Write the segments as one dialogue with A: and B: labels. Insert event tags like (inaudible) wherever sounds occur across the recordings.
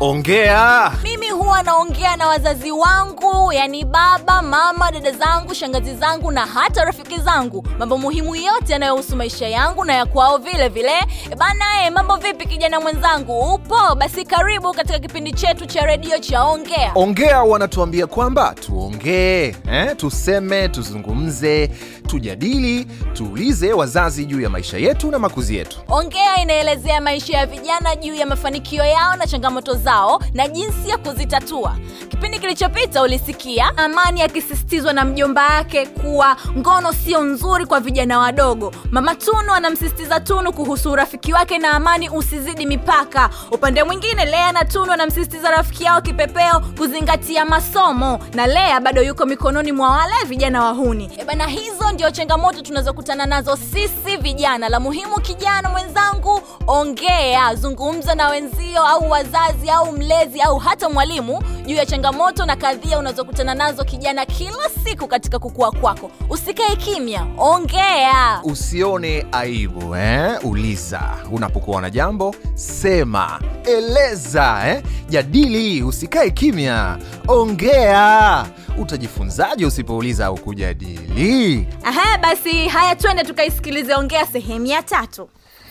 A: ongea
B: mimi huwa naongea na wazazi wangu yani baba mama dada zangu shangazi zangu na hata rafiki zangu mambo muhimu yote yanayohusu maisha yangu na ya kwao vile vile E bana e, mambo vipi kijana mwenzangu upo basi karibu katika kipindi chetu cha redio cha ongea
A: ongea wanatuambia kwamba tuongee eh? tuseme tuzungumze tujadili tuulize wazazi juu ya maisha yetu na makuzi yetu
B: ongea inaelezea maisha ya vijana juu ya mafanikio yao na changamoto zao na jinsi ya kuzitatua kipindi kilichopita ulisikia amani akisisitizwa na mjomba yake kuwa ngono sio nzuri kwa vijana wadogo mama tunu anamsisitiza tunu kuhusu urafiki wake na amani usizidi mipaka upande mwingine lea na tunu anamsisitiza rafiki yao kipepeo kuzingatia masomo na lea bado yuko mikononi mwa wale vijana wahuni E bana hizo ndio changamoto tunazokutana nazo sisi vijana la muhimu kijana mwenzangu ongea zungumza na wenzio au wazazi au mlezi au hata mwalimu juu ya changamoto na kadhia unazokutana nazo kijana kila siku katika kukua kwako usikae kimya ongea
A: usione aibu eh? uliza unapokuwa na jambo sema eleza eh? jadili usikae kimya ongea utajifunzaje usipouliza au kujadili
B: aha basi haya twende tukaisikilize ongea sehemu ya tatu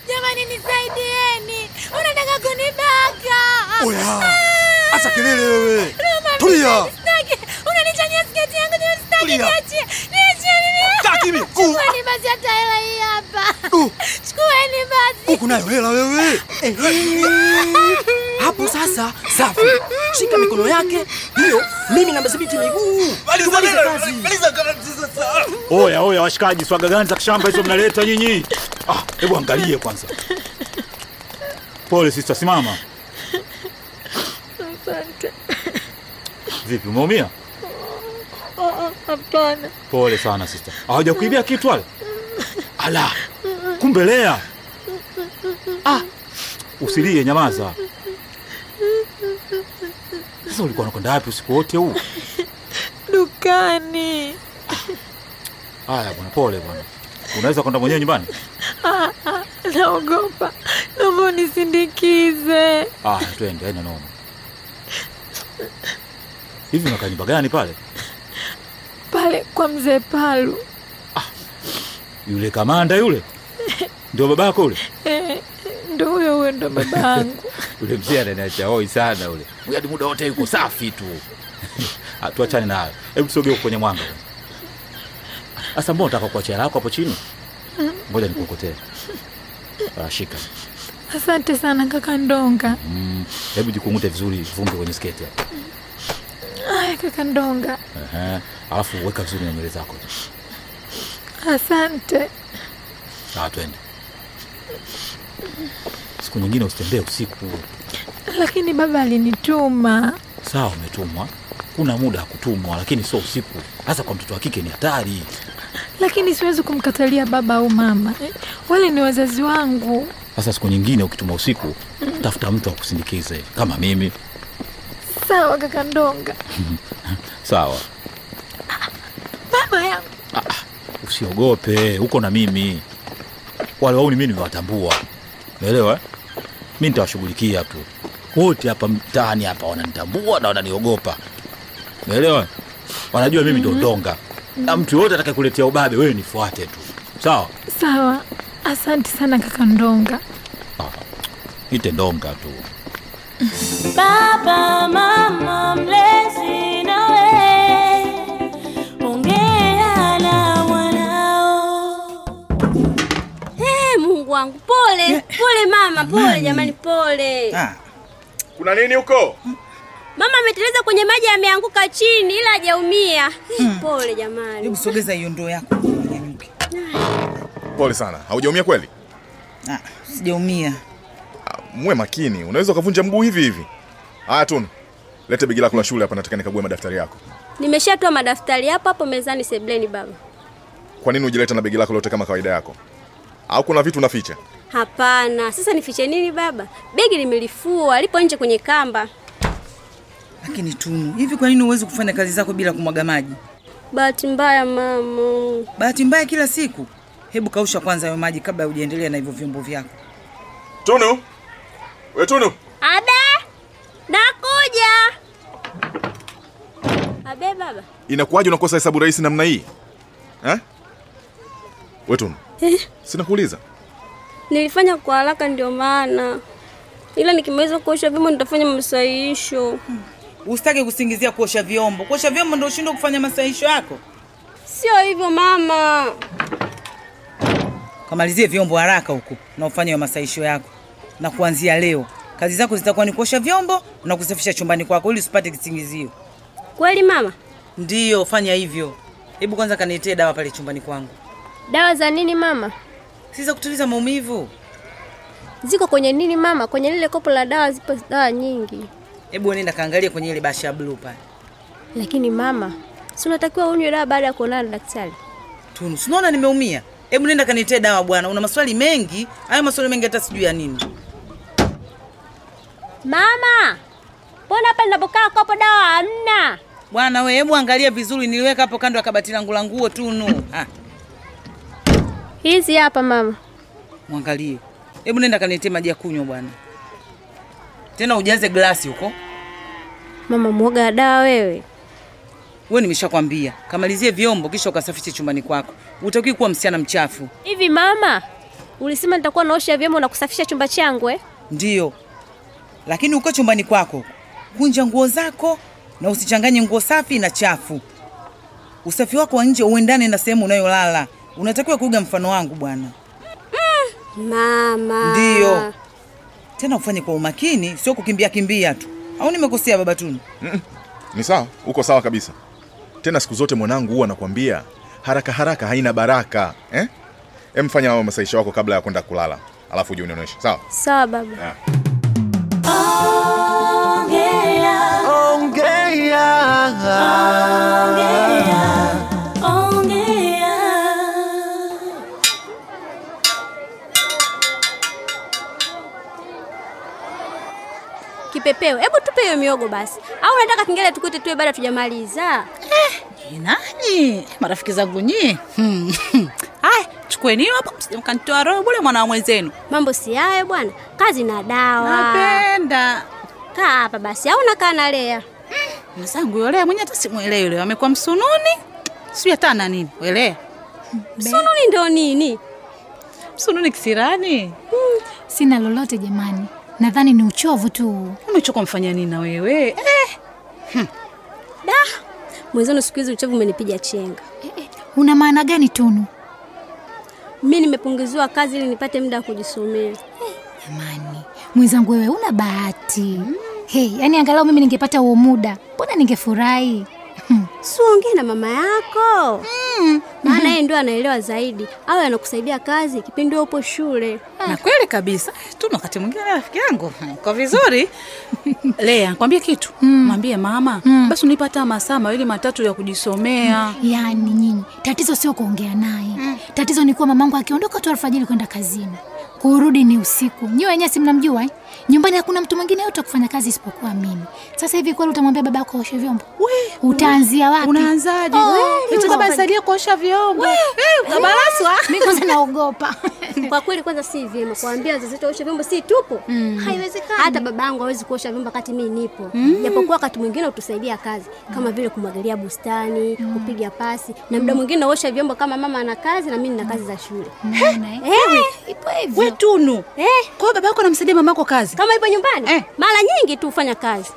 C: jamani nisaidieni unataka kunibaka
D: Oya, acha kelele wewe.
C: Roma,
D: Tulia.
C: Sitaki. unanichania sketi yangu jamani, sitaki.
D: Tulia.
C: Niachie. Niachie mimi.
D: Taki mimi. Ku-
C: Chukueni basi hata hela hii hapa
D: Du.
C: chukueni basi
D: Huku nayo hela wewe.
E: Eh, hapo sasa safi shika mikono yake hiyo mimi namdhibiti miguu tumalize kazi
D: Oya, oya washikaji, swaga gani za kishamba hizo mnaleta nyinyi? Ah, hebu angalie kwanza. Pole sister, simama.
C: asante
D: Vipi, umeumia?
C: Oh, hapana
D: Pole sana sister. Hawajakuibia kitu wala? Ala. Kumbe Lea. Ah. Usilie, nyamaza. Sasa ulikuwa unakwenda wapi usiku wote huu?
C: dukani
D: Haya bwana, pole bwana. Unaweza kwenda mwenyewe nyumbani?
C: Ah, naogopa naomba unisindikize
D: Ah, twende, haina noma. Hivi unakaa nyumba gani pale?
C: pale kwa mzee palu
D: Yule kamanda yule ndio babako yule?
C: eh, ndo huyo huyo ndo (laughs) babangu
D: Yule mzee ananiacha hoi sana yule, yaani muda wote yuko safi tu. (laughs) Ah, Tuachane na hayo, hebu tusogee huko kwenye mwanga. kwanza. Sasa mbona unataka kuacha yako hapo chini? Ngoja nikukokotee. Ah, shika.
C: asante sana kaka ndonga
D: Mm, hebu jikungute vizuri vumbi kwenye sketi hapo.
C: aya kaka ndonga
D: Ehe. Alafu weka vizuri na nywele zako.
C: asante
D: Ah, twende. Siku nyingine usitembee usiku.
C: lakini baba alinituma
D: sawa umetumwa kuna muda wa kutumwa lakini sio usiku hasa kwa mtoto wa kike ni hatari
C: lakini siwezi kumkatalia baba au mama eh, wale ni wazazi wangu
D: sasa siku nyingine ukitumwa usiku tafuta mtu akusindikize kama mimi
C: sawa kaka ndonga
D: sawa
C: mama yangu
D: usiogope huko na mimi wale wauni mi nimewatambua naelewa mi nitawashughulikia tu wote hapa mtaani hapa wananitambua na wananiogopa naelewa wanajua mimi ndo ndonga na mtu yoyote atakayekuletea ubabe wewe nifuate tu sawa
C: sawa asante sana kaka ndonga
D: Ah, ite ndonga tu
F: Baba, mama, mlezi nawe, ongea na mwanao. Hey, Eh, Mungu wangu, pole pole mama, pole jamani, pole.
G: Ah.
E: Ah.
H: kuna nini huko
F: Mama ameteleza kwenye maji, ameanguka chini ila hajaumia. Hey, Pole jamani.
G: hebu sogeza hiyo ndoo yako mwanamke
H: pole sana haujaumia kweli
G: Ah, sijaumia
H: muwe makini unaweza ukavunja mguu hivi hivi haya tunu lete begi lako la shule hapa nataka nikague madaftari yako
F: Nimeshatoa madaftari hapo hapo mezani sebleni baba.
H: kwa nini ujileta na begi lako lote kama kawaida yako au kuna vitu unaficha
F: Hapana, sasa nifiche nini baba? Begi nimelifua lipo nje kwenye kamba.
G: lakini tunu hivi kwa nini huwezi kufanya kazi zako bila kumwaga maji
F: Bahati mbaya mama.
G: bahati mbaya kila siku hebu kausha kwanza hayo maji kabla hujaendelea na hivyo vyombo vyako
H: tunu we tunu
F: Abe, na eh, baba?
H: Inakuwaje unakosa hesabu rahisi namna hii eh? We Tunu, sinakuuliza
F: Nilifanya kwa haraka ndio maana, ila nikimaliza kuosha vyombo nitafanya masahihisho.
G: Usitake kusingizia kuosha vyombo. Kuosha vyombo ndio ushindwe kufanya masahisho yako.
F: Sio hivyo mama,
G: Kamalizie vyombo haraka huko na ufanye hayo masahisho yako, na kuanzia leo kazi zako zitakuwa ni kuosha vyombo na kusafisha chumbani kwako, ili usipate kisingizio.
F: kweli mama?
G: Ndiyo, fanya hivyo. Hebu kwanza kaniletee dawa pale chumbani kwangu,
I: Dawa za nini mama?
G: si za kutuliza maumivu.
I: Ziko kwenye nini mama? Kwenye lile kopo la dawa zipo dawa nyingi.
G: Hebu nenda kaangalie kwenye ile bashi ya blue pale.
I: Lakini mama, si unatakiwa unywe dawa baada ya kuonana na daktari.
G: Tunu, si unaona nimeumia? Hebu nenda kaniletee dawa bwana, una maswali mengi. Hayo maswali mengi hata sijui ya nini.
F: Mama, mbona hapa ninapokaa kopo dawa hamna?
G: Bwana we, hebu angalia vizuri, niliweka hapo kando ya kabati langu la nguo. Tunu, ah,
I: Hizi hapa mama.
G: mwangalie. Hebu nenda kaniletee maji ya kunywa bwana, tena ujaze glasi huko.
I: Mama mwoga wa dawa wewe.
G: Wewe nimeshakwambia kamalizie vyombo kisha ukasafishe chumbani kwako. Utakiwi kuwa msichana mchafu.
I: Hivi mama, ulisema nitakuwa naosha vyombo na kusafisha chumba changu eh?
G: Ndiyo, lakini uko chumbani kwako, kunja nguo zako na usichanganye nguo safi na chafu. Usafi wako wa nje uendane na sehemu unayolala. Unatakiwa kuiga mfano wangu bwana.
F: Mama,
G: Ndiyo, tena ufanye kwa umakini, sio kukimbia kimbia tu. Au nimekosea baba Tunu?
H: Ni sawa, uko sawa kabisa. Tena siku zote mwanangu huwa nakwambia haraka haraka haina baraka eh? Em, fanya hayo masaisha wako kabla ya kwenda kulala, alafu uje unionyeshe sawa.
I: Sawa baba.
F: ongea.
B: Kipepeo, hebu tupe hiyo miogo basi.
F: Au unataka kingele tukute tuwe bado tujamaliza?
J: Eh, Nani? Marafiki zangu nyie. Hmm. Ai, chukueni hiyo hapo msije mkanitoa roho bure mwana wa mwenzenu.
F: Mambo si hayo bwana, kazi na dawa.
J: Napenda.
F: Kaa hapa basi, au unakaa na Lea?
J: Mwenzangu yule mwenye hata simuelewi yule. Amekuwa msununi. Sio hata na nini? Uelewa?
F: Sununi ndo nini?
J: Msununi kisirani.
C: Sina lolote jamani, nadhani ni uchovu tu.
J: Umechoka mfanya Yaani nini na wewe? Eh,
F: Da, mwenzenu, siku hizi uchovu umenipiga chenga.
C: Una maana gani Tunu?
F: Mi nimepunguziwa kazi ili nipate muda wa kujisomea.
C: Jamani, mwenzangu wewe una bahati. Hey, yani angalau mimi ningepata huo muda, mbona ningefurahi?
F: Suongee na mama yako maana yeye ndio anaelewa zaidi, au anakusaidia kazi kipindi wewe upo shule.
J: na kweli kabisa. Eh, Tu na wakati mwingine rafiki yangu. Kwa
C: (laughs)
J: vizuri. Lea, nikwambie kitu.
C: Mm.
J: Mwambie mama, basi unipata masaa mawili matatu ya kujisomea.
C: Yaani nyinyi, tatizo sio kuongea naye.
J: Mm.
C: Tatizo ni kuwa mamangu akiondoka tu alfajiri kwenda kazini, kurudi ni usiku. Nyiwe wenyewe si mnamjua eh? Nyumbani hakuna mtu mwingine yote wa kufanya kazi isipokuwa mimi. Sasa hivi kweli utamwambia baba yako aoshe vyombo?
J: We,
C: Utaanzia wapi?
J: Unaanzaje?
C: Ah, Oh,
J: Wewe,
C: mimi
J: baba
C: kwanza-
J: nisaidie kuosha vyombo. Eh, kabaraswa.
C: Mimi kwanza
J: (laughs)
C: naogopa.
F: Kwa kweli, kwanza si vyema kuambia wazazi wetu waoshe vyombo, si tupo haiwezekani. Mm. Mm. Hata babangu hawezi kuosha vyombo wakati mimi nipo, japokuwa wakati mwingine utusaidia kazi kama vile kumwagilia bustani, kupiga pasi, na muda mwingine uosha vyombo kama mama ana kazi na mimi nina kazi za shule.
C: Unaona, eh?
F: Eh,
C: Ipo hivyo.
J: We Tunu.
F: eh,
J: Kwa hiyo babako anamsaidia mamako kazi.
F: kama ipo nyumbani
J: Eh.
F: mara nyingi tu hufanya kazi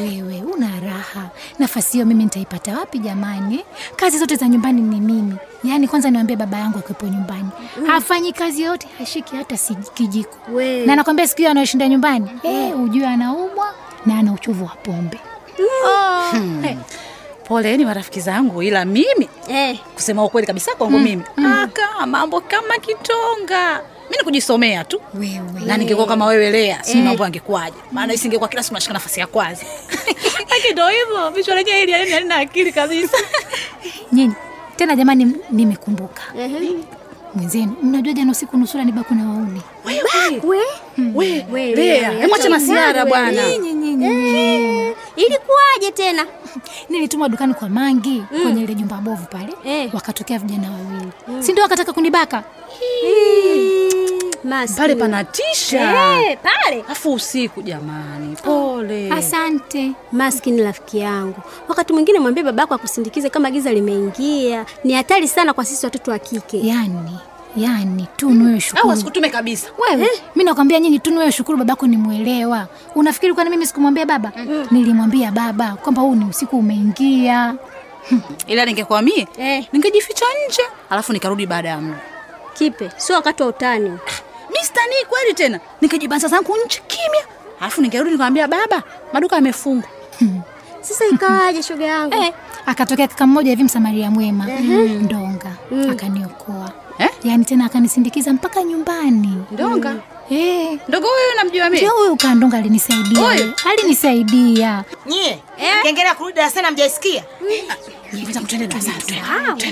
C: Wewe una raha. Nafasi hiyo mimi nitaipata wapi jamani? Kazi zote za nyumbani ni mimi. Yaani kwanza niwaambie baba yangu akiwepo nyumbani. Hafanyi kazi yoyote, hashiki hata si kijiko.
F: Mm. We. Mm.
C: Na anakwambia siku hiyo anayoshinda nyumbani, eh, ujue anaumwa na ana uchovu wa pombe.
J: Poleni Mm. marafiki zangu, ila mimi
F: eh.
J: kusema ukweli kabisa kwangu mimi aka mambo kama kitonga. Mimi ni kujisomea tu.
C: Wewe.
J: Na ningekuwa kama wewe Eh. Lea, si mambo angekuaje? Maana isingekuwa kila siku nashika nafasi ya (laughs) kwanza. Lakini ndio hivyo, vichwa lenyewe hili halina halina akili (laughs) kabisa.
C: Nyinyi tena jamani m- nimekumbuka.
F: Ehe.
C: Mwenzenu, mnajua jana usiku nusura nibakwe na waume.
F: We,
J: We,
F: we,
J: Lea,
F: we,
J: hebu acha
F: acha
J: masiara
F: uzani,
J: bwana.
C: Nyinyi nyinyi.
F: Eh. ilikuwaje tena?
C: Nilitumwa dukani kwa Mangi kwenye ile jumba bovu pale,
F: Mm. Eh. Mm.
C: wakatokea vijana wawili, si ndio? Wakataka kunibaka
F: Maskini.
J: pale panatisha
F: Eh, pale
J: afu usiku jamani pole
F: Asante. Maskini rafiki yangu, wakati mwingine mwambie babako akusindikize kama giza limeingia. Ni hatari sana kwa sisi watoto wa kike.
C: Yani, yani Tunu wewe shukuru.
J: Au asikutume kabisa.
C: Wewe, mimi nakwambia nyinyi Tunu wewe shukuru babako ni mwelewa. Unafikiri kwani mimi sikumwambia baba? Nilimwambia baba kwamba huu ni usiku umeingia.
J: ila ningekuwa mie ningejificha nje alafu nikarudi baada ya muda
F: kipe sio wakati wa utani
J: mistani kweli tena ningejibanza zangu nje kimya alafu ningerudi nikamwambia baba maduka yamefungwa
F: Sasa ikawaje shoga yangu?
C: Eh, Mm-hmm. akatokea kaka mmoja hivi msamaria mwema
F: Mhm.
C: Ndonga akaniokoa yaani tena akanisindikiza mpaka nyumbani
J: Ndonga?
C: Eh.
J: Ndogo huyu namjua
C: mimi. Ndio huyu kandonga alinisaidia. Alinisaidia.
K: nyie kengele ya kurudi darasani hamjaisikia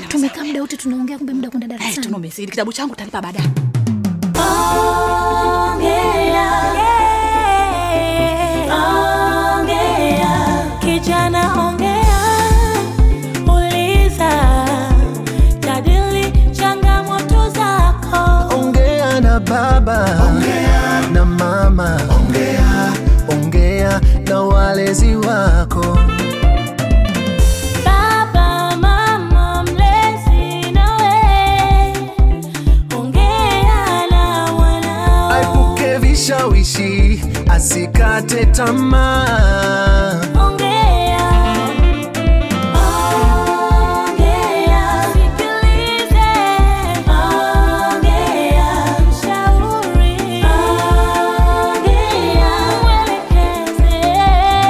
C: Tumekaa muda wote tunaongea kumbe muda kwenda darasani.
J: Tumesiri kitabu changu talipa baadaye.
L: Ongea, kijana ongea, uliza, jadili changamoto zako.
M: ongea na baba ongea na mama ongea ongea na walezi wako
L: Baba, mama, mlezi nawe, ongea na wanao.
M: aepuke vishawishi asikate tamaa
L: Ongea, ongea, sikilize. Ongea, mshauri. Ongea, mwelekeze. Ongea,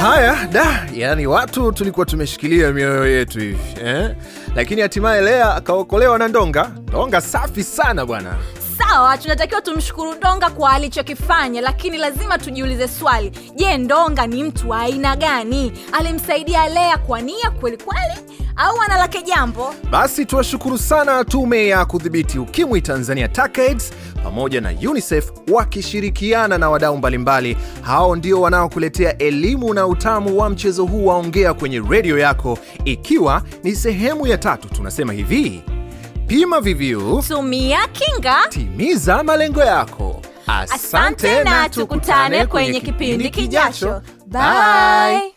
A: Haya da, yani watu tulikuwa tumeshikilia mioyo yetu hivi eh? Lakini hatimaye Lea akaokolewa na Ndonga. Ndonga safi sana bwana.
B: sawa tunatakiwa tumshukuru ndonga kwa alichokifanya lakini lazima tujiulize swali je ndonga ni mtu wa aina gani alimsaidia lea kwa nia kweli kweli au ana lake jambo
A: Basi tuwashukuru sana Tume ya Kudhibiti Ukimwi Tanzania TACAIDS pamoja na UNICEF wakishirikiana na wadau mbalimbali. Hao ndio wanaokuletea elimu na utamu wa mchezo huu waongea kwenye redio yako, ikiwa ni sehemu ya tatu. Tunasema hivi: pima VVU,
B: tumia kinga,
A: timiza malengo yako. Asante,
B: asante na tukutane kwenye kipindi kijacho bye